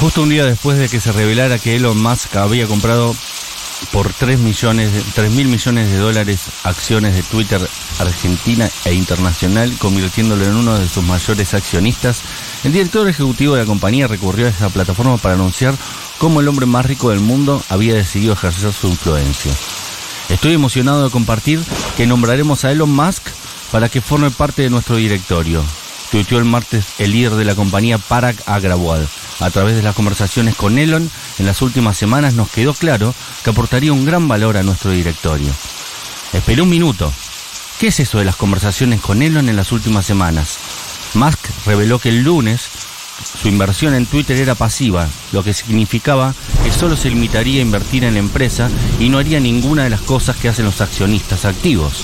Justo un día después de que se revelara que Elon Musk había comprado por 3 millones, de- 3 mil millones de dólares acciones de Twitter argentina e internacional, convirtiéndolo en uno de sus mayores accionistas, el director ejecutivo de la compañía recurrió a esta plataforma para anunciar cómo el hombre más rico del mundo había decidido ejercer su influencia. Estoy emocionado de compartir que nombraremos a Elon Musk para que forme parte de nuestro directorio. Tuiteó el martes el líder de la compañía Parag Agrawal. A través de las conversaciones con Elon, en las últimas semanas nos quedó claro que aportaría un gran valor a nuestro directorio. Esperé un minuto. ¿Qué es eso de las conversaciones con Elon en las últimas semanas? Musk reveló que el lunes su inversión en Twitter era pasiva, lo que significaba que solo se limitaría a invertir en la empresa y no haría ninguna de las cosas que hacen los accionistas activos,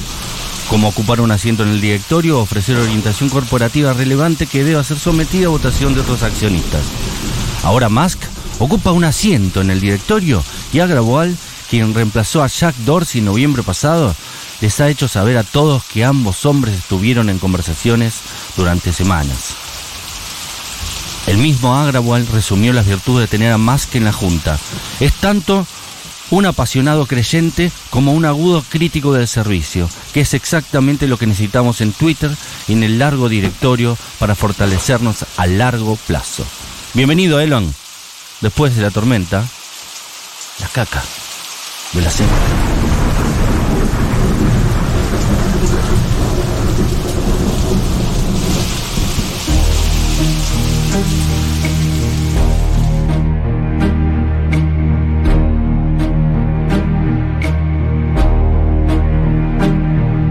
como ocupar un asiento en el directorio o ofrecer orientación corporativa relevante que deba ser sometida a votación de otros accionistas. Ahora Musk ocupa un asiento en el directorio y Agrawal, quien reemplazó a Jack Dorsey en noviembre pasado, les ha hecho saber a todos que ambos hombres estuvieron en conversaciones durante semanas. El mismo Agrawal resumió las virtudes de tener a Musk en la Junta. Es tanto un apasionado creyente como un agudo crítico del servicio, que es exactamente lo que necesitamos en Twitter y en el largo directorio para fortalecernos a largo plazo. Bienvenido, Elon. Después de la tormenta, la caca de la semana.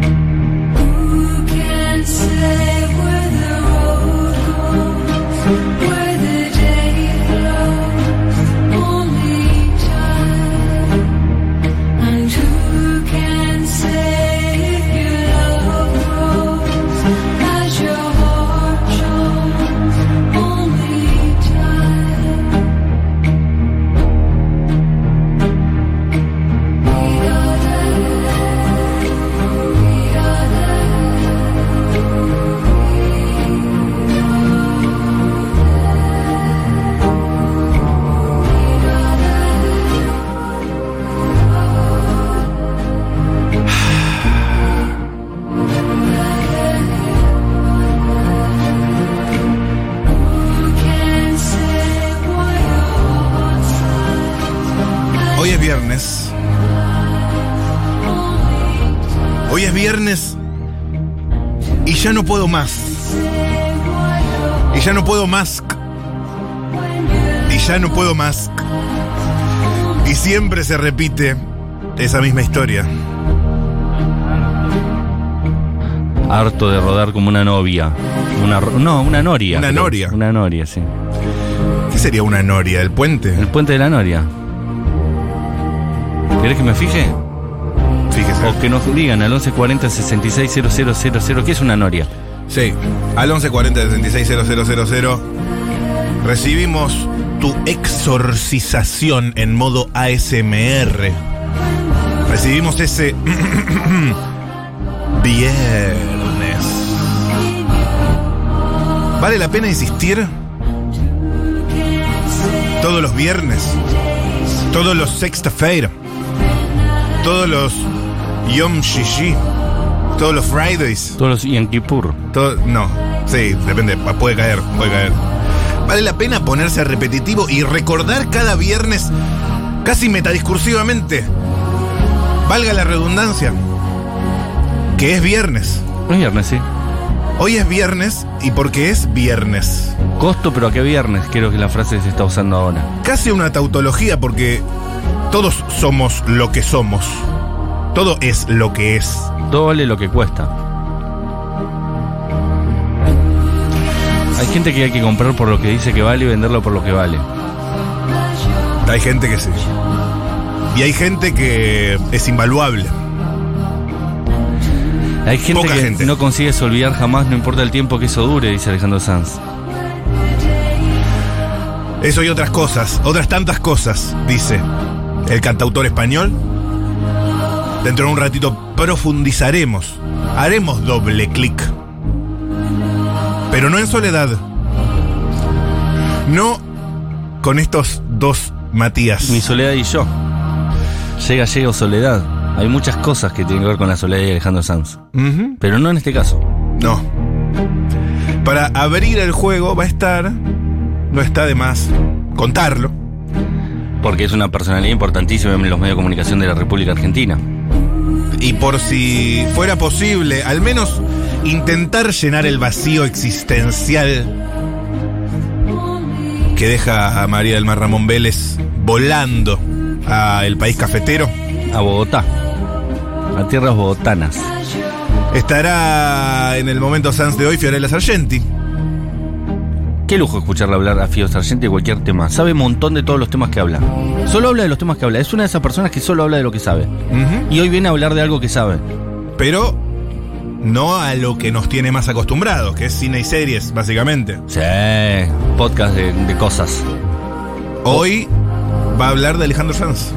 Who can say where the road goes, where the day flows? Only time. And who can say if your love grows as your heart shows? Only time. We are there. We are there. Hoy es viernes. Hoy es viernes. Y ya no puedo más. Y ya no puedo más. Y ya no puedo más. Y siempre se repite esa misma historia. Harto de rodar como una novia. Una, ro- no, una noria. Una creo. noria. Una noria, sí. ¿Qué sería una noria? ¿El El puente? puente de la noria. ¿Querés que me fije? Fíjese. O que nos digan al 1140 660000 ¿qué es una noria? Sí. Al 1140-660000 recibimos tu exorcización en modo ASMR. Recibimos ese viernes. ¿Vale la pena insistir? Todos los viernes, todos los sexta-feira, todos los Yom Shishi, todos los Fridays. Todos los y en Kippur. Todo- no, sí, depende, pa- puede caer, puede caer. Vale la pena ponerse repetitivo y recordar cada viernes, casi metadiscursivamente, valga la redundancia, que es viernes. Es viernes, sí. Hoy es viernes y porque es viernes. Costo, pero a qué viernes, creo que la frase se está usando ahora. Casi una tautología porque todos somos lo que somos. Todo es lo que es. Todo vale lo que cuesta. Hay gente que hay que comprar por lo que dice que vale y venderlo por lo que vale. Hay gente que sí. Y hay gente que es invaluable. Hay gente Poca que gente. no consigues olvidar jamás, no importa el tiempo que eso dure, dice Alejandro Sanz. Eso y otras cosas, otras tantas cosas, dice el cantautor español. Dentro de un ratito profundizaremos, haremos doble clic. Pero no en soledad. No con estos dos Matías. Mi soledad y yo. Llega, llega o soledad. Hay muchas cosas que tienen que ver con la soledad y Alejandro Sanz. Ujú. Pero no en este caso. No. Para abrir el juego va a estar, no está de más contarlo, Porque es una personalidad importantísima en los medios de comunicación de la República Argentina. y por si fuera posible, al menos intentar llenar el vacío existencial que deja a María del Mar Ramón Vélez volando a el país cafetero. A Bogotá. A tierras bogotanas. Estará en el momento Sans de hoy Fiorella Sargenti. Qué lujo escucharla hablar a Fío Sargenti de cualquier tema. Sabe un montón de todos los temas que habla. Solo habla de los temas que habla. Es una de esas personas que solo habla de lo que sabe. Ujú. Y hoy viene a hablar de algo que sabe. Pero no a lo que nos tiene más acostumbrados, que es cine y series, básicamente. Sí, podcast de, de cosas. Hoy va a hablar de Alejandro Sanz.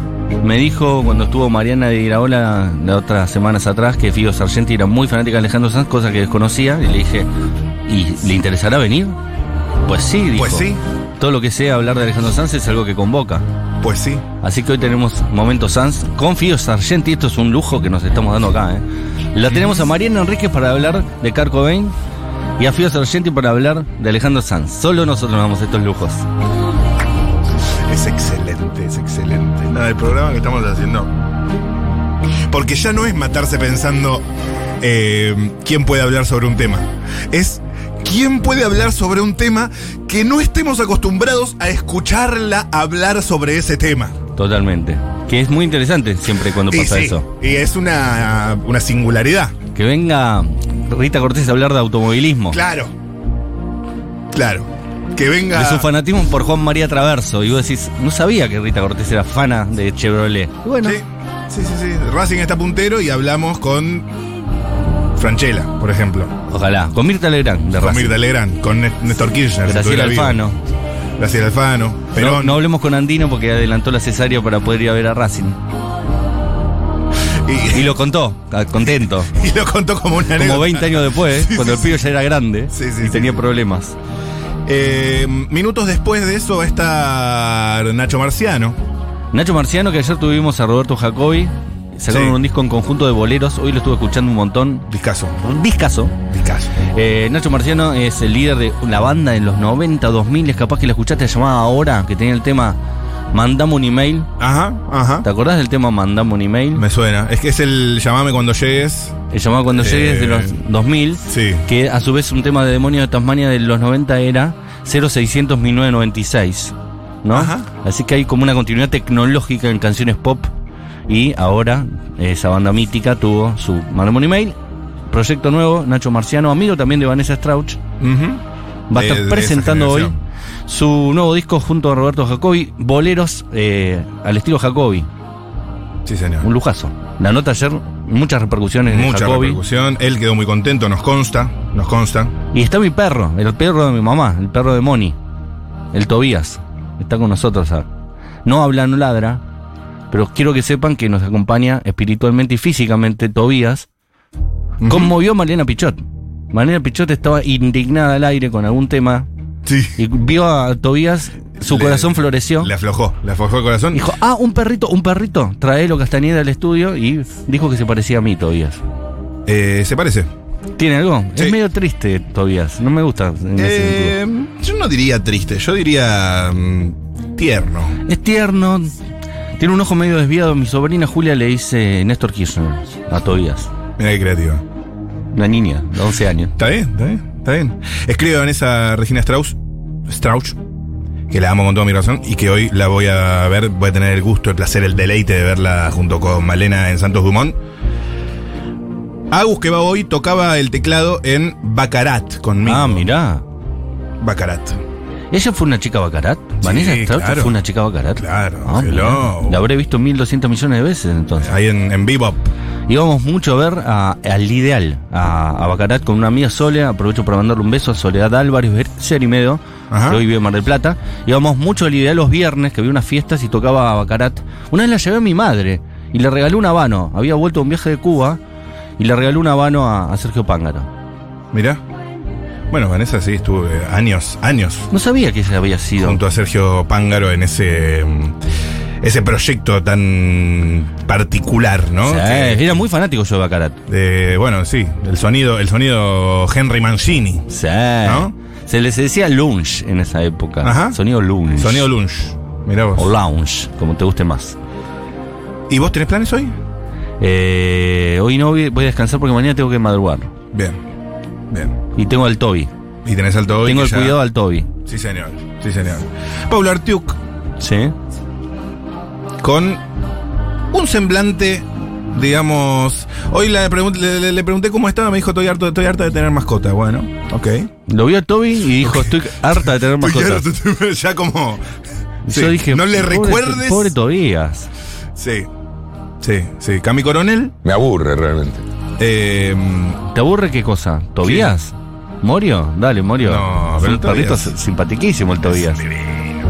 Me dijo cuando estuvo Mariana de Iraola de otras semanas atrás que Fío Sargenti era muy fanática de Alejandro Sanz, cosa que desconocía. Y le dije, ¿y le interesará venir? Pues sí, dijo. Pues sí, Todo lo que sea hablar de Alejandro Sanz es algo que convoca. pues sí. Así que hoy tenemos Momento Sanz con Fío Sargenti. Esto es un lujo que nos estamos dando acá. ¿eh? La tenemos a Mariana Enríquez para hablar de Kurt Cobain y a Fío Sargenti para hablar de Alejandro Sanz. Solo nosotros nos damos estos lujos. Es excelente, es excelente. Nada, el programa que estamos haciendo. Porque ya no es matarse pensando eh, quién puede hablar sobre un tema. Es quién puede hablar sobre un tema que no estemos acostumbrados a escucharla hablar sobre ese tema. Totalmente. Que es muy interesante siempre cuando Y pasa sí, eso. y es una, una singularidad. Que venga Rita Cortés a hablar de automovilismo. Claro. Claro. Que venga. De su fanatismo por Juan María Traverso. Y vos decís, no sabía que Rita Cortés era fana de Chevrolet. Y Bueno, Sí, sí, sí, sí. Racing está puntero y hablamos con Franchella, por ejemplo. ojalá. Con Mirta Legrand de Con Racing. Mirta Legrand, con N- Néstor Kirchner. si Graciela estuviera vivo. Alfano. Graciela Alfano. Pero No, no hablemos con Andino porque adelantó la cesárea para poder ir a ver a Racing. Y Y, lo contó, ah, contento. y lo contó como una anécdota. Como 20 años después, cuando el pibe ya era grande Sí, sí, y sí, tenía sí. problemas. Eh, minutos después de eso va a estar Nacho Marciano. Nacho Marciano, que ayer tuvimos a Roberto Jacobi, sacaron Sí. un disco en conjunto de boleros, hoy lo estuve escuchando un montón. Discaso. Un discazo. Discaso. Eh, Nacho Marciano es el líder de la banda en los 90, 2000, es capaz que la escuchaste llamada ahora, que tenía el tema Mandame un email. Ajá, ajá. ¿Te acordás del tema Mandame un email? Me suena. Es que es el llamame cuando llegues. El llamado cuando llegues Eh. de los 2000, Sí. que a su vez un tema de Demonio de Tasmania de los 90 era 0600 1996. ¿no? Ajá. Así que hay como una continuidad tecnológica en canciones pop. Y ahora esa banda mítica tuvo su Mandame un email, proyecto nuevo, Nacho Marciano, amigo también de Vanessa Strauch. Ujú. va a de- estar de esa presentando hoy generación. su nuevo disco junto a Roberto Jacobi, Boleros eh, al estilo Jacobi, Sí, señor. un lujazo. La nota ayer, muchas repercusiones de Mucha Jacobi. repercusión. Él quedó muy contento, nos consta. Nos consta. Y está mi perro, el perro de mi mamá, el perro de Moni, el Tobías, está con nosotros. ah. No habla, no ladra, pero quiero que sepan que nos acompaña espiritualmente y físicamente Tobías. Conmovió a Malena Pichot. Malena Pichot estaba indignada al aire con algún tema Sí. y vio a Tobías, su Le- corazón floreció. Le aflojó, le aflojó el corazón. Dijo, ah, un perrito, un perrito. Traelo Castañeda al estudio y dijo que se parecía a mí, Tobías. Eh, ¿Se parece? ¿Tiene algo? Sí. Es medio triste, Tobías. No me gusta en ese sentido. Eh, yo no diría triste, yo diría mm, tierno. Es tierno. Tiene un ojo medio desviado. Mi sobrina Julia le dice Néstor Kirchner a Tobías. Mira qué creativo. Una niña de 11 años. Está bien, está bien, está bien. Escribe a Vanessa Regina Strauss, Strauch, que la amo con todo mi corazón y que hoy la voy a ver. Voy a tener el gusto, el placer, el deleite de verla junto con Malena en Santos Dumont. Agus, que va hoy, tocaba el teclado en Bacarat conmigo. Ah, mirá. Bacarat. ¿Ella fue una chica bacarat? ¿Vanessa Strauss claro. fue una chica bacarat? Claro, Ah, mirá. hello. La habré visto 1.200 millones de veces entonces. Ahí en, en Bebop. Íbamos mucho a ver a- al ideal, a, a Bacarat, con una amiga Sole. Aprovecho para mandarle un beso a Soledad Álvarez, Berger y Medo, Ajá. que hoy vive en Mar del Plata. Íbamos mucho al ideal los viernes, que había unas fiestas y tocaba a Bacarat. Una vez la llevé a mi madre y le regalé un habano. Había vuelto a un viaje de Cuba y le regalé un habano a, a Sergio Pángaro. Mirá. Bueno, Vanessa sí estuve años, años No sabía que ella había sido. junto a Sergio Pángaro en ese mm, ese proyecto tan particular, ¿no? O sea, Que- eh, Era muy fanático yo de Baccarat. de- bueno, sí, el sonido, el sonido Henry Mancini, Sí. ¿No? Se les decía lounge en esa época. Ajá. Sonido lounge. sonido lunch. Mirá vos. O lounge, como te guste más. ¿Y vos tenés planes hoy? Eh, hoy no voy voy a descansar porque mañana tengo que madrugar. Bien. Bien. Y tengo al Toby. Y tenés alto hoy. tengo que el ya- cuidado al Toby. Sí, señor. Sí, señor. Paula Artiuk Sí. con un semblante, digamos. Hoy la pregun- le, le- le pregunté cómo estaba, me dijo, estoy harto, estoy harta de tener mascota. Bueno, ok. Lo vio a Toby y dijo, estoy harta de tener mascotas. Pues ya como. Y sí, Yo dije, no le pobre- recuerdes. Pobre Tobías. Sí. Sí, sí. Cami Coronel. Me aburre realmente. eh, ¿Te aburre qué cosa? ¿Tobías? ¿Morio? Dale, Morio. No, es pero un perrito Tobías- simpatiquísimo el Tobías. son divinos,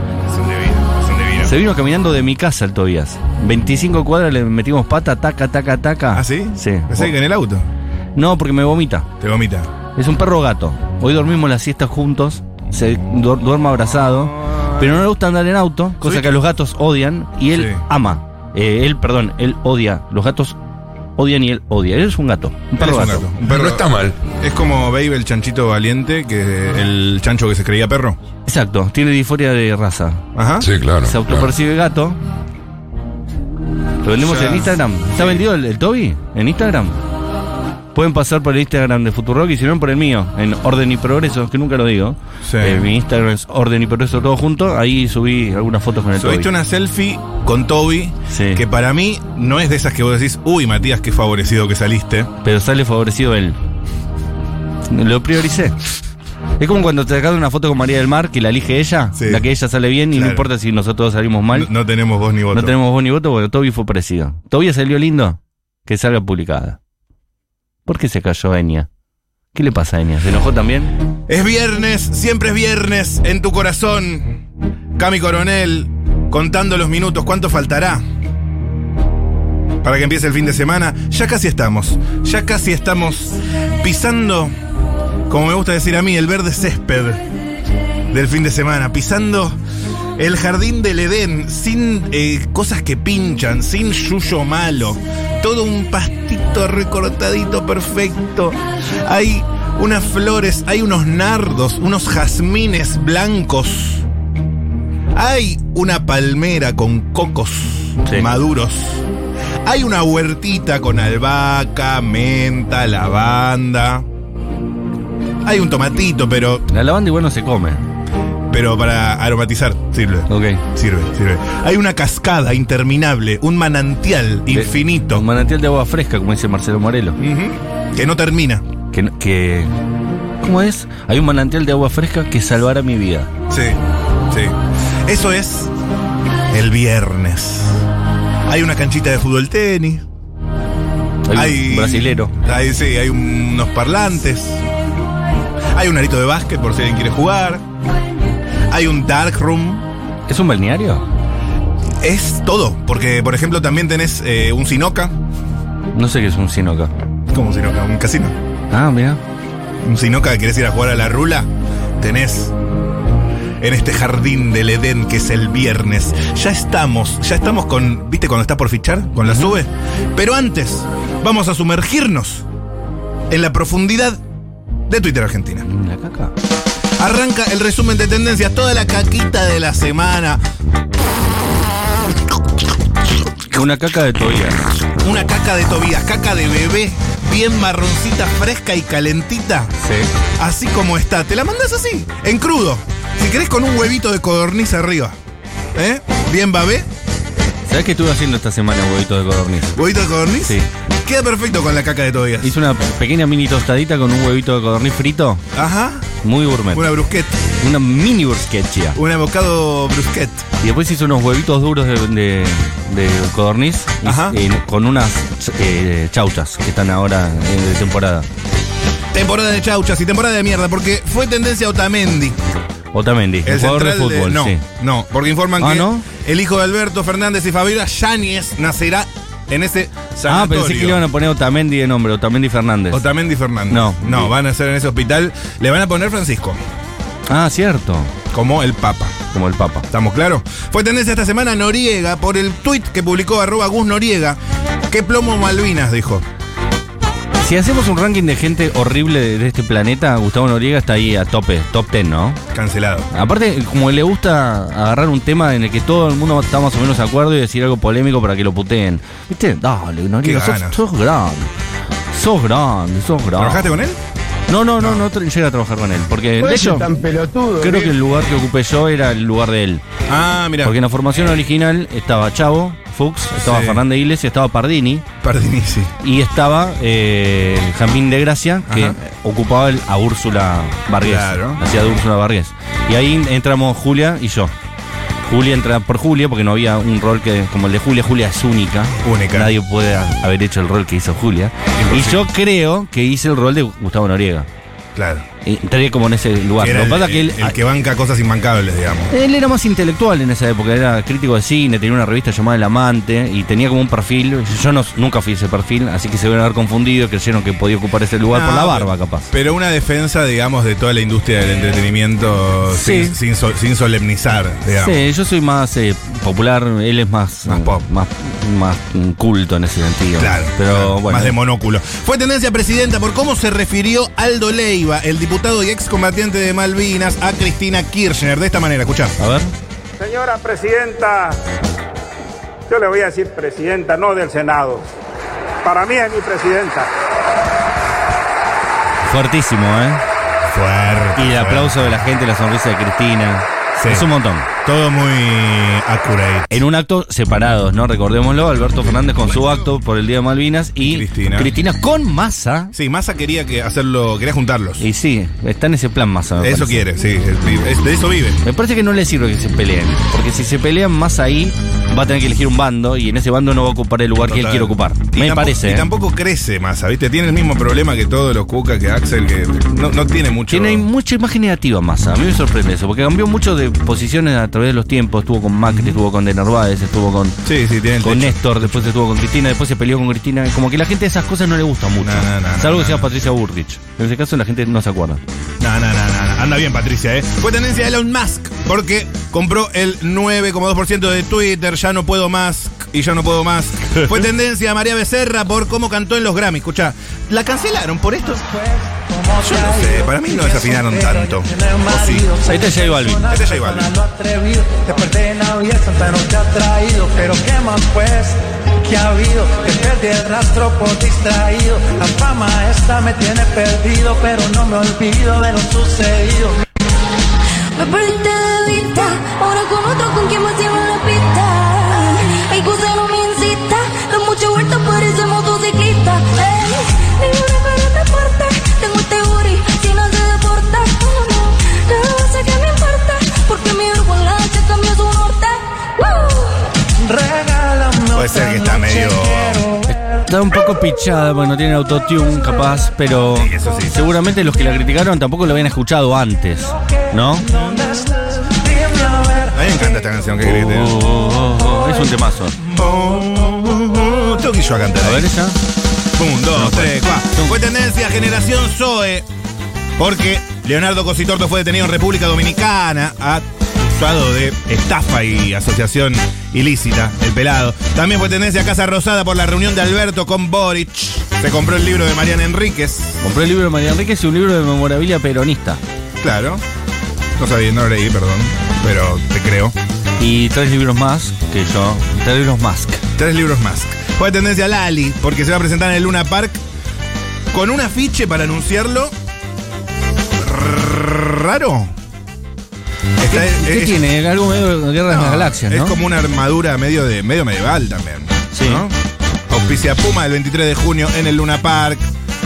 son divinos. Se vino caminando de mi casa el Tobías. 25 cuadras le metimos pata, taca, taca, taca. ¿Ah, sí? Sí. Pensé que en el auto. No, porque me vomita. Te vomita. Es un perro gato. Hoy dormimos la siesta juntos. Se du- duerme abrazado. Pero no le gusta andar en auto, cosa Soy- que a los gatos odian. Y él Sí. ama. Eh, él, perdón, él odia. Los gatos odian y él odia. Él es un gato. Un perro Eres un gato. gato. Un Pero perro- no está mal. Es como Babe el chanchito valiente, que el chancho que se creía perro. Exacto. Tiene disforia de raza. Ajá. Sí, claro. Se claro. autopercibe gato. Lo vendemos Ya. en Instagram. ¿Está vendido el, el Toby? ¿En Instagram? Pueden pasar por el Instagram de Futurock y si no por el mío, en Orden y Progreso, que nunca lo digo. Sí. Eh, mi Instagram es Orden y Progreso todo junto. Ahí subí algunas fotos con el Subiste Toby. una selfie con Toby, Sí. que para mí no es de esas que vos decís, uy Matías, qué favorecido que saliste. Pero sale favorecido él. Lo prioricé. Es como cuando te sacas una foto con María del Mar, que la elige ella, Sí. la que ella sale bien y Claro. no importa si nosotros salimos mal. No, no tenemos voz ni voto. No tenemos voz ni voto porque Toby fue parecido. ¿Toby salió lindo? Que salga publicada. ¿Por qué se cayó Enya? ¿Qué le pasa a Enya? ¿Se enojó también? Es viernes, siempre es viernes, en tu corazón. Cami Coronel, contando los minutos, ¿cuánto faltará? Para que empiece el fin de semana, ya casi estamos, ya casi estamos pisando, como me gusta decir a mí, el verde césped del fin de semana, pisando el jardín del Edén, sin eh, cosas que pinchan, sin yuyo malo, todo un pastito recortadito perfecto. Hay unas flores, hay unos nardos, unos jazmines blancos. Hay una palmera con cocos Sí. maduros. Hay una huertita con albahaca, menta, lavanda. Hay un tomatito, pero, La lavanda igual no se come. pero para aromatizar sirve. Ok. Sirve, sirve. Hay una cascada interminable, un manantial infinito Un manantial de agua fresca, como dice Marcelo Morelo. Ujú. que no termina. Que, no- que- ¿Cómo es? Hay un manantial de agua fresca que salvará mi vida. Sí, sí. Eso es el viernes. Hay una canchita de fútbol tenis. Hay un Hay brasilero. Hay, sí, hay un- unos parlantes. Hay un arito de básquet por si alguien quiere jugar. Hay un dark room. ¿Es un balneario? Es todo, porque por ejemplo también tenés eh, un sinoca. No sé qué es un sinoca. ¿Cómo un sinoca? Un casino. Ah, mira. Un sinoca que querés ir a jugar a la rula. Tenés en este jardín del Edén que es el viernes. Ya estamos, ya estamos con, ¿viste cuando está por fichar? Con la sube. Pero antes, vamos a sumergirnos en la profundidad de Twitter Argentina. La caca. Arranca el resumen de tendencias, toda la caquita de la semana. Una caca de Tobías. Una caca de Tobías, caca de bebé, bien marroncita, fresca y calentita. Sí. Así como está. Te la mandás así, en crudo. Si querés con un huevito de codorniz arriba. ¿Eh? Bien babé, ¿Sabes qué estuve haciendo esta semana, huevito de codorniz? huevito de codorniz. Sí. Queda perfecto con la caca de Tobías. Hice una pequeña mini tostadita con un huevito de codorniz frito. Ajá. Muy gourmet. Una brusquet, Una mini bursketchia. un abocado brusquet. Y después hice unos huevitos duros de, de- de codorniz y- Ajá. y con unas eh, chauchas que están ahora eh, de temporada. Temporada de chauchas y temporada de mierda, porque fue tendencia Otamendi. Otamendi, el jugador de de- fútbol, no, sí. no, porque informan Ah, que ¿no? el hijo de Alberto Fernández y Fabiola Yáñez nacerá en ese Ah, Sanatorio. pensé que le iban a poner Otamendi de nombre, Otamendi Fernández. Otamendi Fernández. No. No, van a ser en ese hospital. Le van a poner Francisco, ah, cierto. como el Papa. Como el Papa. ¿Estamos claros? Fue tendencia esta semana Noriega por el tuit que publicó arroba Gus Noriega. ¿Qué plomo Malvinas? dijo. Si hacemos un ranking de gente horrible de, de este planeta, Gustavo Noriega está ahí a tope, top 10, ¿no? Cancelado. Aparte, como le gusta agarrar un tema en el que todo el mundo está más o menos de acuerdo y decir algo polémico para que lo puteen. ¿Viste? Dale, Noriega, Qué sos, ganas. sos grande. Sos grande, sos grande. ¿Trabajaste con él? No, no, no, no, tra- llegué a trabajar con él. Porque, de hecho, pelotudo. creo que el lugar que ocupé yo era el lugar de él. Ah, mira. Porque en la formación original estaba Chavo, Fuchs, estaba Sí. Fernández Iglesias, estaba Pardini Pardini, sí. y estaba eh, el Jamín de Gracia, que Ajá. ocupaba el- a Úrsula Vargas. Claro. Hacía de Úrsula Vargas. Y ahí entramos Julia y yo. Julia entra por Julia porque no había un rol que como el de Julia. Julia es única. Única. Nadie puede ha- haber hecho el rol que hizo Julia. Y yo creo que hice el rol de Gustavo Noriega. Claro. Entré como en ese lugar. Era Lo que el, pasa que él, el- el que banca cosas imbancables, digamos. él era más intelectual en esa época, era crítico de cine, tenía una revista llamada El Amante y tenía como un perfil. Yo no, nunca fui ese perfil, así que se deben haber confundido, creyeron que podía ocupar ese lugar por No, la pero- barba, capaz. Ah, Pero una defensa, digamos, de toda la industria del entretenimiento Sí. sin, sin so- sin solemnizar, digamos. Sí, yo soy más eh, popular, él es más, Más eh, pop. más, más, mm, culto en ese sentido. Claro, pero claro, bueno. más de monóculo. Fue tendencia presidenta por cómo se refirió Aldo Leiva, el diputado y excombatiente de Malvinas, a Cristina Kirchner. De esta manera, escuchá. a ver, Señora presidenta, yo le voy a decir presidenta, no del Senado. Para mí es mi presidenta. fuertísimo, ¿eh? Fuerte. Y el fuerte. aplauso de la gente, la sonrisa de Cristina. Sí. Es un montón. Todo muy accurate. En un acto separados, ¿no? Recordémoslo, Alberto Fernández con su acto por el Día de Malvinas y Cristina. Cristina con masa Sí, Massa quería que hacerlo, quería juntarlos. Y sí, está en ese plan más De eso quiere, sí. es- es- de eso vive. Me parece que no le sirve que se peleen, porque si se pelean más ahí, va a tener que elegir un bando y en ese bando no va a ocupar el lugar que él Total. quiere ocupar. Y Me tampoco- parece. Y ¿eh? tampoco crece Massa, ¿viste? Tiene el mismo problema que todos los cuca, que Axel, que no, no tiene mucho. Tiene mucha imagen negativa Massa, a mí me sorprende eso, porque cambió mucho de posiciones a través de los tiempos, estuvo con Macri, estuvo con De Narváez, estuvo con, Sí, sí, tiene el con techo. Néstor, después estuvo con Cristina, después se peleó con Cristina, como que la gente esas cosas no le gusta mucho, No, no, no, salvo no, que sea no. Patricia Burrich, en ese caso la gente no se acuerda. No, no, no, no, no. Anda bien, Patricia, ¿eh? Fue tendencia de Elon Musk porque compró el 9,2% de Twitter. Ya no puedo más. Y ya no puedo más. Fue tendencia de María Becerra por cómo cantó en los Grammy. Escucha, ¿la cancelaron por esto? Yo no sé. Para mí no desafinaron tanto. O sí. Ahí está J Balvin. Este es J Balvin. Sonando atrevido, desperté de Navidad, Santa no te ha traído, pero qué más pues, que ha habido, que perdí el rastro por distraído, la fama esta me tiene perdido, pero no me olvido de lo sucedido. Me perdiste de vista, ahora con otro con quien me cierro la pista. Mi cosa no me insista, da mucha vuelta parece motociclista. Eh, Ey, ninguna pero te importa, tengo este booty, si no se deporta. No, no, no, no sé qué me importa, porque mi orgullo en la hacha cambió su norte. Woo. Regálame Puede ser que está medio- Está un poco pichada porque no tiene autotune, capaz, pero Sí, eso sí. seguramente los que la criticaron tampoco lo habían escuchado antes, ¿no? A mí me encanta esta canción. ¿Qué crees? que te diga? Oh, oh, oh, oh, Es un temazo. Oh, oh, oh, Tengo que ir yo a cantar. A ver esa. Un, dos, tres, cuatro. Fue tendencia Generación Zoe porque Leonardo Cositorto fue detenido en República Dominicana acusado de estafa y asociación ilícita, el pelado. También fue tendencia Casa Rosada por la reunión de Alberto con Boric. Se compró el libro de Mariana Enríquez. Compré el libro de María Enríquez y un libro de memorabilia peronista. Claro. No sabía, no lo leí, perdón. Pero te creo. Y tres libros más que yo. Tres libros más. Tres libros más. Fue tendencia Lali porque se va a presentar en el Luna Park con un afiche para anunciarlo. Raro. Está- ¿Qué es- tiene? Algo medio de Guerra de las no, Galaxias, Es ¿no? como una armadura medio, de, medio medieval también. Sí. ¿no? Auspicia Puma el 23 de junio en el Luna Park.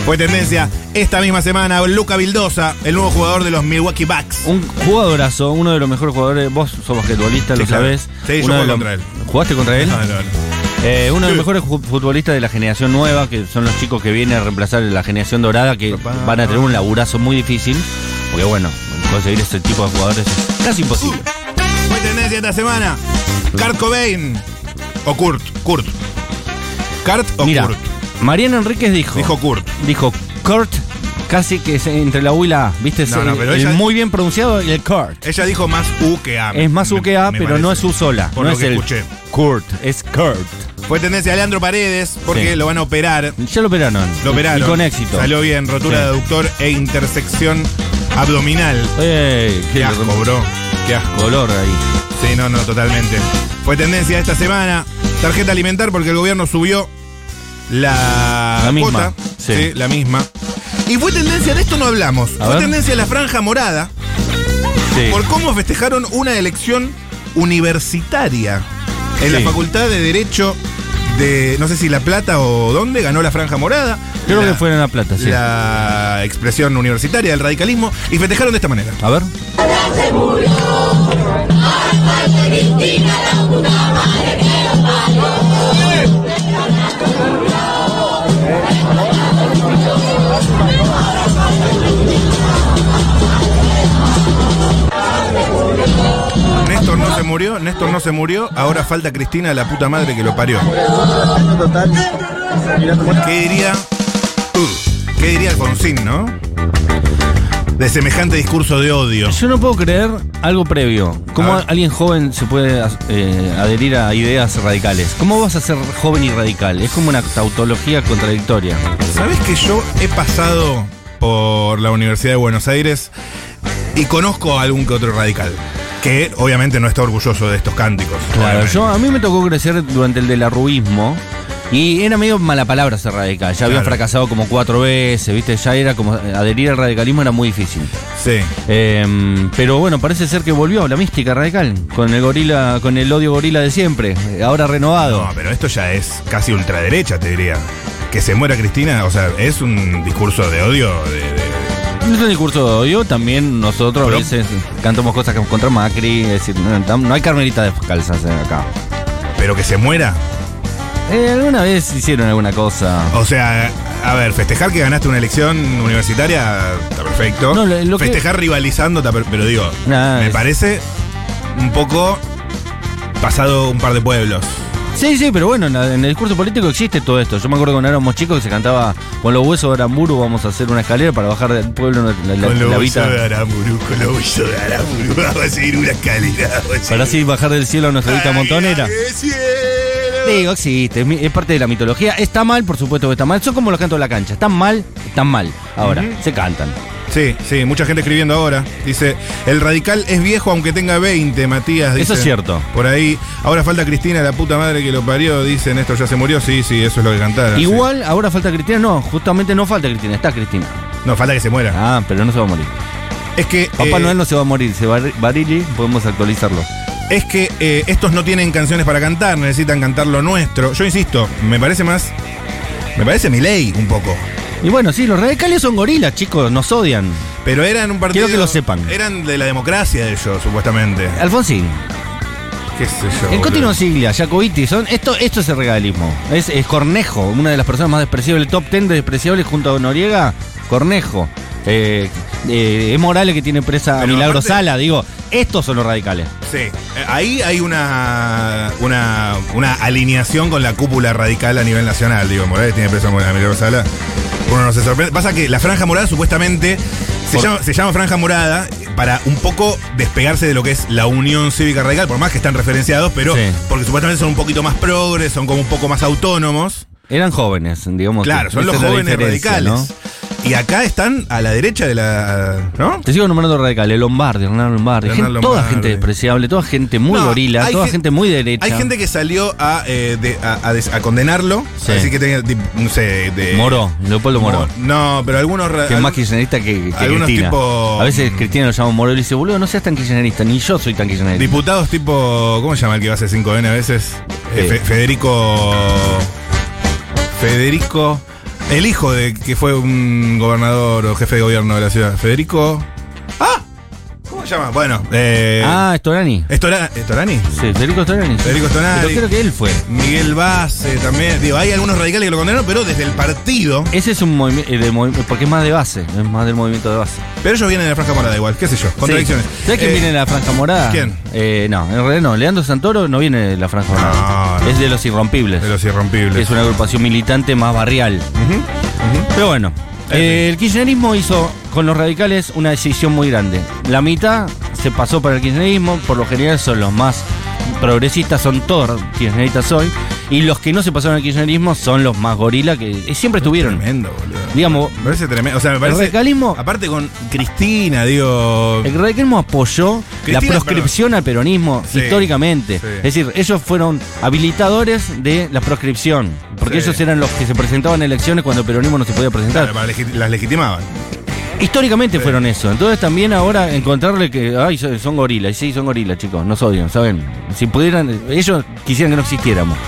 Fue tendencia esta misma semana Luca Vildosa, el nuevo jugador de los Milwaukee Bucks. Un jugadorazo, uno de los mejores jugadores. Vos sos basquetbolista, Sí, lo claro. sabés. Sí, yo Uno de jugué los- contra él. ¿Jugaste contra él? No, no, no. Eh, uno de Sí. los mejores ju- futbolistas de la generación nueva, que son los chicos que vienen a reemplazar a la generación dorada, que Papá. van a tener un laburazo muy difícil, porque bueno, conseguir este tipo de jugadores es casi imposible. Fue tendencia esta semana. Kurt Cobain. O Kurt, Kurt. ¿Kurt o Mira, Kurt? Mariana Enríquez dijo. Dijo Kurt. Dijo Kurt, casi que es entre la U y la A. ¿Viste? No, no, El- pero el ella- muy bien pronunciado el Kurt. Ella dijo más U que A. Es más U me- que A, me pero no es parece. U sola. Por no lo es que el escuché. Kurt, es Kurt. Fue tendencia a Leandro Paredes porque Sí. lo van a operar. Ya lo operaron. Lo operaron. Y con éxito. Salió bien, rotura Sí. de aductor e intersección abdominal. ¡Ey! Qué asco, bro. Qué asco. Color ahí. Sí, no, no, totalmente. Fue tendencia esta semana. Tarjeta alimentar porque el gobierno subió la, La misma, cuota. sí. Sí. la misma. Y fue tendencia, de esto no hablamos. A fue ver. tendencia la franja morada Sí. por cómo festejaron una elección universitaria. En la Sí. Facultad de Derecho de, no sé si La Plata o dónde, ganó la franja morada. Creo La- que fue en La Plata, sí. La expresión universitaria del radicalismo y festejaron de esta manera. A ver. Néstor no se murió, Néstor no se murió, ahora falta Cristina, la puta madre que lo parió. ¿Qué diría? Uh, ¿Qué diría Alfonsín, no? De semejante discurso de odio. Yo no puedo creer algo previo. ¿Cómo A ver. alguien joven se puede as- eh, adherir a ideas radicales? ¿Cómo vas a ser joven y radical? Es como una tautología contradictoria. ¿Sabes que yo he pasado por la Universidad de Buenos Aires y conozco a algún que otro radical? Que obviamente no está orgulloso de estos cánticos. Claro, obviamente. yo, a mí me tocó crecer durante el del arruismo y era medio mala palabra ser radical. Ya habían Claro. fracasado como cuatro veces, ¿viste? Ya era como. eh, Adherir al radicalismo era muy difícil. Sí. Eh, pero bueno, parece ser que volvió la mística radical con el gorila, con el odio gorila de siempre, eh, ahora renovado. No, pero esto ya es casi ultraderecha, te diría. Que se muera Cristina, o sea, es un discurso de odio de- de, Es un discurso de odio, también nosotros Pero- a veces cantamos cosas que- contra Macri, es decir, no, tam- no hay carmelita descalzas acá. Pero que se muera. Eh, alguna vez hicieron alguna cosa. O sea, a ver, festejar que ganaste una elección universitaria está perfecto. No, lo- lo que- festejar rivalizando está per- Pero digo, Nah, me es- parece un poco pasado un par de pueblos. Sí, sí, pero bueno, en la- en el discurso político existe todo esto. Yo me acuerdo cuando éramos chicos que se cantaba con los huesos de Aramburu vamos a hacer una escalera para bajar del pueblo la, la- con la lo vita. hueso de Aramburu, con lo hueso de Aramburu. Vamos a seguir una escalera. vamos a Para así seguir- bajar del cielo a nuestra vista Ay, montonera. ay, cielo. Digo, existe, es mi- es parte de la mitología. Está mal, por supuesto que está mal. Son como los cantos de la cancha. Están mal, están mal. Ahora, se cantan. Sí, sí, mucha gente escribiendo ahora. Dice, el radical es viejo aunque tenga 20, Matías. Eso dice. es cierto. Por ahí, ahora falta Cristina, la puta madre que lo parió, dicen, esto ya se murió. Sí, sí, eso es lo que cantaron. Ah, sí. Igual, ahora falta Cristina. No, justamente no falta Cristina, está Cristina. No, falta que se muera. Ah, pero no se va a morir. Es que, Ah. Papá eh, Noel no se va a morir, se va a Barili, podemos actualizarlo. es que eh, estos no tienen canciones para cantar, necesitan cantar lo nuestro. Yo insisto, me parece más... Me parece mi ley un poco. Y bueno, sí, los radicales son gorilas, chicos, nos odian. Pero eran un partido... Quiero que lo sepan. Eran de la democracia ellos, supuestamente. Alfonsín, ¿Qué sé yo? el boludo. Cotino Siglia, Jacobiti, son, esto, esto es el regalismo. Es, es Cornejo, una de las personas más despreciables, top 10 de despreciables junto a Noriega, Cornejo. Eh, eh, es Morales que tiene presa a Pero Milagro aparte- Sala, digo, estos son los radicales. Sí, eh, ahí hay una, una, una alineación con la cúpula radical a nivel nacional. Digo, Morales tiene preso con la Milagro Sala. Uno no se sorprende. Pasa que la franja morada supuestamente se, Por- llama, se llama franja morada para un poco despegarse de lo que es la Unión Cívica Radical, por más que están referenciados, pero Sí. porque supuestamente son un poquito más progres, son como un poco más autónomos. Eran jóvenes, digamos. Claro, que son esa los es la jóvenes diferencia, radicales. ¿no? Y acá están a la derecha de la. ¿No? Te sigo nombrando radicales, Lombardi, Hernán Lombardi, Hernán gente- toda Lombardi. gente despreciable, toda gente muy No, gorila, hay toda gen- gente muy derecha. Hay gente que salió a, eh, de- a, a des- a condenarlo, Sí. así que tenía, tip- no sé, de... Moró, Leopoldo Moró. Mor- No, pero algunos... ra- Que es más algún- kirchnerista que, que algunos Cristina. tipo- A veces Cristina lo llama Moro y le dice, boludo, no seas tan kirchnerista, ni yo soy tan kirchnerista. diputados tipo... ¿Cómo se llama el que va a hacer 5N a veces? Eh, Eh. Fe- Federico... Federico... El hijo de que fue un gobernador o jefe de gobierno de la ciudad. Federico... ¡Ah! ¿Cómo ¿Cómo se llama? Bueno, eh, Ah, Storani. Estora- ¿Estorani? Sí, Federico Storani. Federico Storani. Pero creo que él fue. Miguel Base también. Digo, hay algunos radicales que lo condenaron, pero desde el partido. Ese es un movimiento, porque es más de base, es más del movimiento de base. Pero ellos vienen de la franja morada igual, qué sé yo. Contradicciones. Sí. ¿Sabés quién Eh, viene de la franja morada? ¿quién? Eh, no, en realidad no. Leandro Santoro no viene de la franja morada. no. Es de los irrompibles. De los irrompibles. Es una agrupación militante más barrial. Pero bueno, eh, el kirchnerismo hizo con los radicales una decisión muy grande. La mitad se pasó para el kirchnerismo, por lo general son los más progresistas, son todos kirchneristas hoy, y los que no se pasaron al kirchnerismo son los más gorila que eh, siempre estuvieron. Tremendo, boludo. Digamos, Me parece tremendo. O sea, me el parece. radicalismo, Aparte con Cristina, digo. el radicalismo apoyó Cristina, la proscripción al peronismo Sí, históricamente. sí. Es decir, ellos fueron habilitadores de la proscripción, porque Sí. ellos eran los que se presentaban a elecciones cuando el peronismo no se podía presentar. Claro, para legi- las legitimaban. Históricamente fueron eso. Entonces también ahora encontrarle que, ay, so- son gorilas. Sí, son gorilas, chicos. Nos odian, ¿saben? Si pudieran, ellos quisieran que no existiéramos.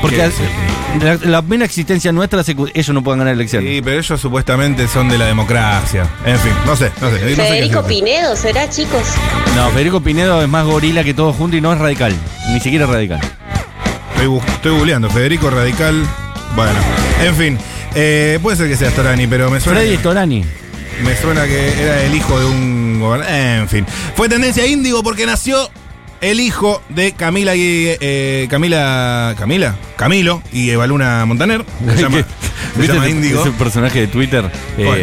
Porque Qué al- la, la mera existencia nuestra hace que ellos no puedan ganar elecciones. Sí, pero ellos supuestamente son de la democracia. En fin, no sé, no sé. no sé qué Federico es eso. Pinedo, ¿será, chicos? No, Federico Pinedo es más gorila que todos juntos y no es radical. Ni siquiera es radical. Estoy, bu- estoy googleando. Federico Radical. Bueno, en fin. Eh, puede ser que sea Storani, pero me suena. Freddy que- Storani. Me suena que era el hijo de un gobernante. En fin. Fue tendencia índigo porque nació el hijo de Camila y eh, Camila. Camila. Camilo y Evaluna Montaner. Se llama, se ¿Viste llama ese- índigo. Ese personaje de Twitter. Eh, ¿Cuál?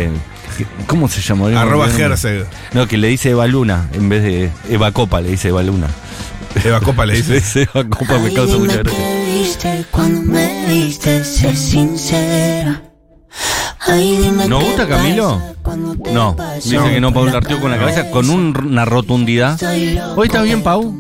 que- ¿Cómo se llamó? Arroba No, Herzeg. No, que le dice Eva Luna en vez de Eva Copa, le dice Eva Luna. Eva Copa le Le dice. dice Eva Copa, Pues me causa mucha gracia. pediste cuando me viste, sé sincera. ¿No gusta Camilo? No, dice No. que no, Pau Artió con la cabeza con un- una rotundidad. Hoy está bien, Pau.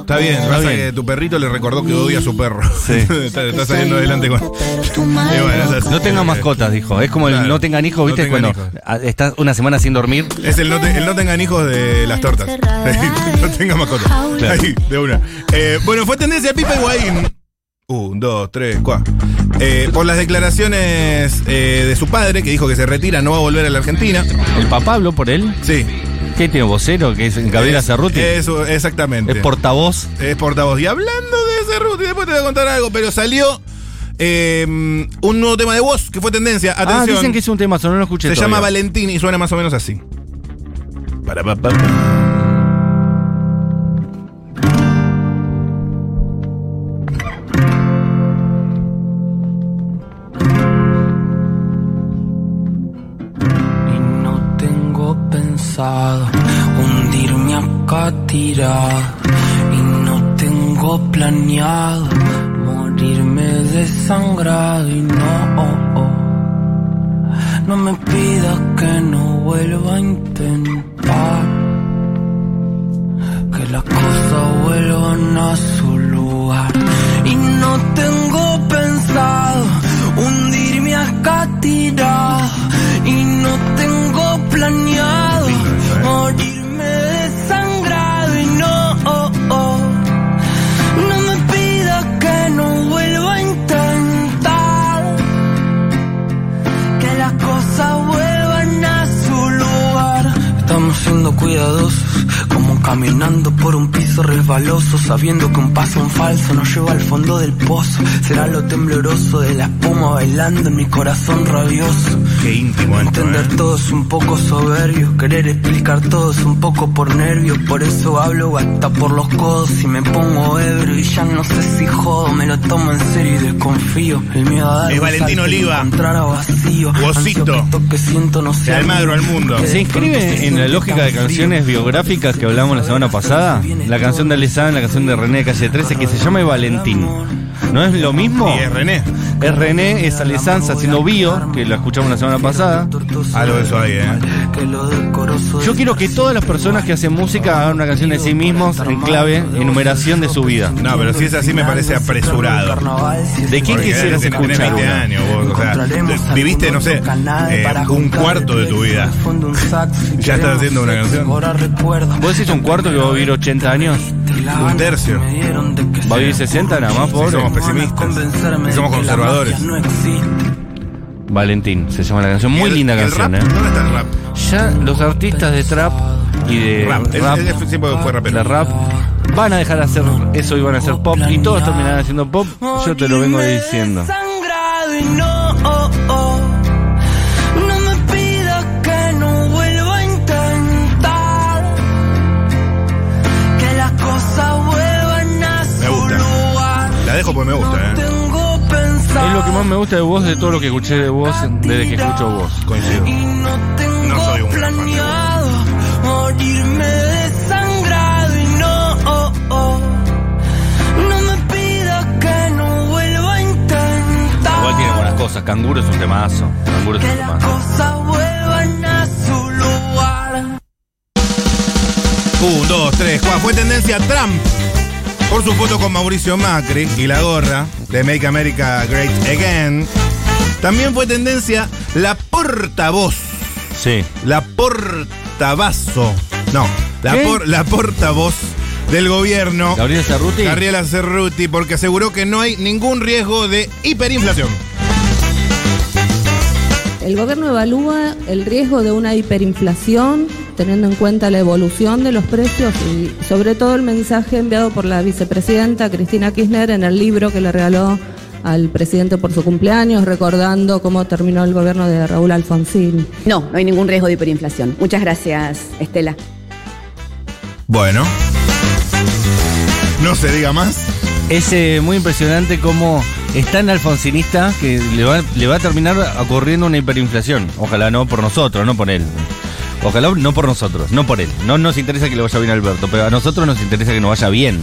Está bien, pasa bien. que tu perrito le recordó que odia a su perro. Sí. está, está saliendo adelante con. Y bueno, es así. No tengas mascotas, dijo. Es como Claro. el no tengan hijos, No ¿viste? tengan Cuando ah, estás una semana sin dormir. Es el no, te- el no tengan hijos de las tortas. no tengan mascotas. Claro. Ahí, de una. Eh, bueno, fue tendencia a Pipa Higuaín. Un, dos, tres, cuatro. Eh, por las declaraciones eh, de su padre, que dijo que se retira, no va a volver a la Argentina. El papá habló por él. Sí. ¿Qué tiene vocero? Que es Gabriela Es- Cerruti. Es, Eso, exactamente. portavoz. Es portavoz. Y hablando de Cerruti, después te voy a contar algo, pero salió eh, un nuevo tema de voz que fue tendencia. Atención. Ah, dicen que es un tema, no lo escuché. Se todavía. llama Valentín y suena más o menos así. Para papá. eh. Y no tengo pensado hundirme acá tirado. Y no tengo planeado morirme desangrado. Y no, oh, oh, no me pidas que no vuelva a intentar. Que las cosas vuelvan a su lugar. Y no tengo pensado hundirme acá tirado. Y no tengo planeado morirme desangrado. Y no, oh, oh, no me pidas que no vuelva a intentar. Que las cosas vuelvan a su lugar. Estamos siendo cuidadosos, como caminando por un piso resbaloso, sabiendo que un paso en falso nos lleva al fondo del pozo. Será lo tembloroso de la espuma bailando en mi corazón rabioso. Qué íntimo esto, Entender ¿eh? todo es un poco soberbio, querer explicar todo es un poco por nervios, por eso hablo hasta por los codos y me pongo ebrio y ya no sé si jodo, me lo tomo en serio y desconfío. El miedo a dar Es un Valentín salto y Oliva. encontrar a vacío, Vocito. ansio que esto que siento no De sea Almagro al mundo. Se inscribe en la lógica de canciones biográficas que hablamos la semana pasada. La canción de Alessandra, la canción de René de Calle 13, que se llama Valentín. ¿No es lo mismo? Y es René. Es René, es Alessanza haciendo bio, que la escuchamos la semana pasada. Algo de eso hay, ¿eh? Que lo decoroso Yo quiero que todas las personas que hacen música hagan una canción de sí mismos en clave, enumeración de su vida. No, pero si es así me parece apresurado. ¿De quién Porque quisieras tenés- tenés escuchar 20 una? años, vos, o sea, te- viviste, no sé, eh, un cuarto de tu vida. Ya estás haciendo este, una canción. ¿Vos decís un cuarto que va a vivir 80 años? Un tercio. ¿Va a vivir 60 nada más, Si pobre? somos pesimistas, si somos conservadores. Valentín, se llama la canción. Muy ¿Y el- linda y el canción, rap? ¿eh? ¿Dónde está el rap? Ya los artistas de trap y de Rap. Él- Eh, rap, él fue- siempre fue rapero. la rap, van a dejar de hacer eso y van a hacer pop. Y todos terminarán haciendo pop. Yo te lo vengo Morirme diciendo. desangrado y no, oh, oh. No me pidas que no vuelva a intentar que las cosas vuelvan a Me su gusta. lugar. La dejo porque me gusta, ¿eh? Tengo pensado Es lo que más me gusta de vos, de todo lo que escuché de vos, desde que escucho vos. Coincido. y no tengo No soy un gran fan de vos. planeado morirme desangrado y no, oh, oh. No me pidas que no vuelva a intentar. Igual tiene buenas cosas. Canguro es un temazo. Canguro es Que un las temazo. cosas vuelvan a su lugar. Un, dos, tres, cuatro. Fue tendencia Trump por su foto con Mauricio Macri y la gorra de Make America Great Again. También fue tendencia la portavoz, Sí. la portavazo. No, la, ¿Qué? por- la portavoz del gobierno, Gabriel Cerruti. Gabriela Cerruti, porque aseguró que no hay ningún riesgo de hiperinflación. El gobierno evalúa el riesgo de una hiperinflación teniendo en cuenta la evolución de los precios y sobre todo el mensaje enviado por la vicepresidenta Cristina Kirchner en el libro que le regaló al presidente por su cumpleaños, recordando cómo terminó el gobierno de Raúl Alfonsín. No, no hay ningún riesgo de hiperinflación. Muchas gracias, Estela. Bueno, no se diga más. Es eh, muy impresionante cómo es tan alfonsinista que le va, le va a terminar ocurriendo una hiperinflación. Ojalá no por nosotros, no por él. Ojalá no por nosotros, no por él. No nos interesa que le vaya bien a Alberto, pero a nosotros nos interesa que nos vaya bien.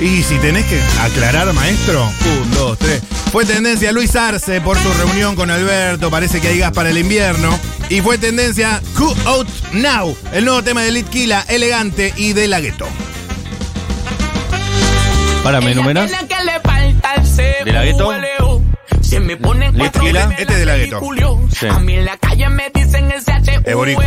Y si tenés que aclarar, maestro. Un, dos, tres. Fue tendencia Luis Arce por su reunión con Alberto. Parece que hay gas para el invierno. Y fue tendencia Who Out Now, el nuevo tema de Litquila, elegante y de la gueto. Para, ¿me enumerás? ¿De la gueto? Se me ponen cuatro Litquila. velas Este es de la y gueto. culio. Sí. A mí en la calle me dicen el CH. Es boricua.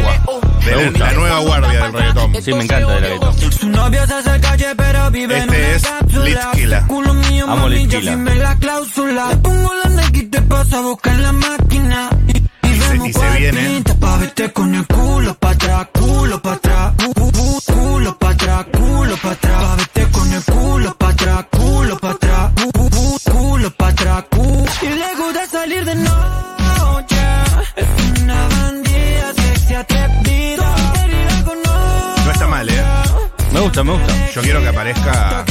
De la- la nueva guardia del reggaetón. Sí, me encanta de la gueto. Su novio se hace calle, pero vive en Este una es cápsula. Litquila. Culo mío, Amo mami, yo Litquila. firmé la cláusula. Le pongo la Nike y te paso a buscar en la máquina. Y, y se- vemos y se cuál viene. pinta Pa' verte con el culo pa' atrás, culo pa' atrás. cu- cu- cu- Culo pa' atrás, culo pa' atrás. Pa' verte con el culo pa' atrás, culo pa' atrás. cu- cu- cu- Culo pa' atrás, cu- Y le gusta salir de noche. Es una bandida sexy atrevida. Querida con No está mal, ¿eh? Me gusta, me gusta. Yo quiero que aparezca.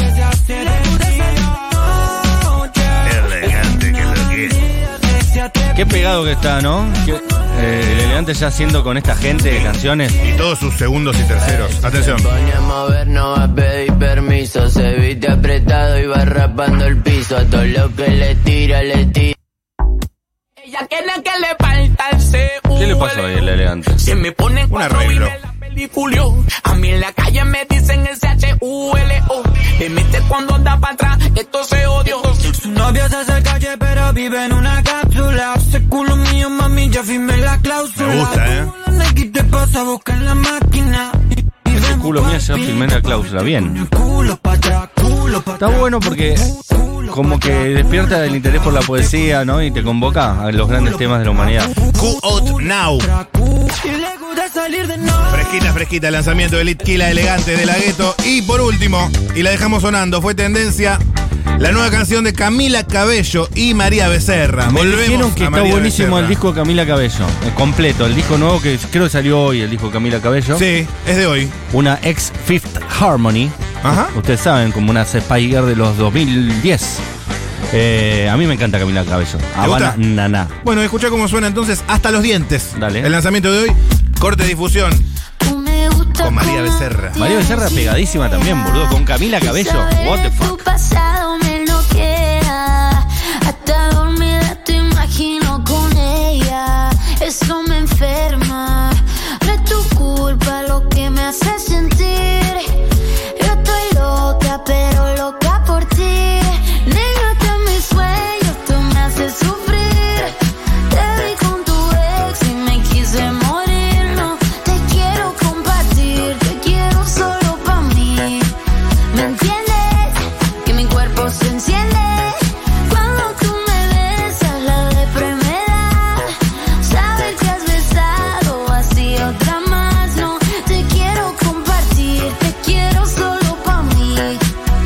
Elegante, que lo que es. Qué pegado que está, ¿no? Qué- eh, el elegante ya haciendo con esta gente de canciones. Y todos sus segundos y terceros. Atención. Pone a mover, no va a pedir permiso. Se viste apretado y va rapando el piso. A todo lo que le tira, le tira. Ella quiere que le falta el CU. ¿Qué le pasa hoy al elegante? Se me ponen cuatro y arreglo. me la peliculio. A mí en la calle me dicen el C-H-U-L-O. Le mete cuando anda para atrás, esto se odio. Su novio se hace calle, pero vive en una cápsula. Ese culo mío, mami, ya firmé la cláusula. Me gusta, ¿eh? Nike te pasa a buscar en la máquina. Y- y Ese vemos culo mío cuál ya firmé la cláusula, bien. Culo pa' atrás, culo pa' Está atrás. bueno porque como que despierta el interés por la poesía, ¿no? Y te convoca a los grandes temas de la humanidad. Who Out Now. Y le gusta salir de noche. Fresquita, fresquita, el lanzamiento de Litquila elegante de la gueto. Y por último, y la dejamos sonando, fue tendencia la nueva canción de Camila Cabello y María Becerra. Me Volvemos dijeron que a está María buenísimo Becerra. el disco de Camila Cabello, el completo, el disco nuevo que creo que salió hoy, el disco de Camila Cabello. Sí, es de hoy. Una ex Fifth Harmony. Ajá. Ustedes saben, como una Spiger de los 2010. Eh, a mí me encanta Camila Cabello. Habana gusta? Naná. Bueno, escucha cómo suena entonces Hasta los dientes. Dale. El lanzamiento de hoy, corte de difusión. Con María Becerra. María Becerra pegadísima también, boludo, con Camila Cabello. What the fuck. Pasar este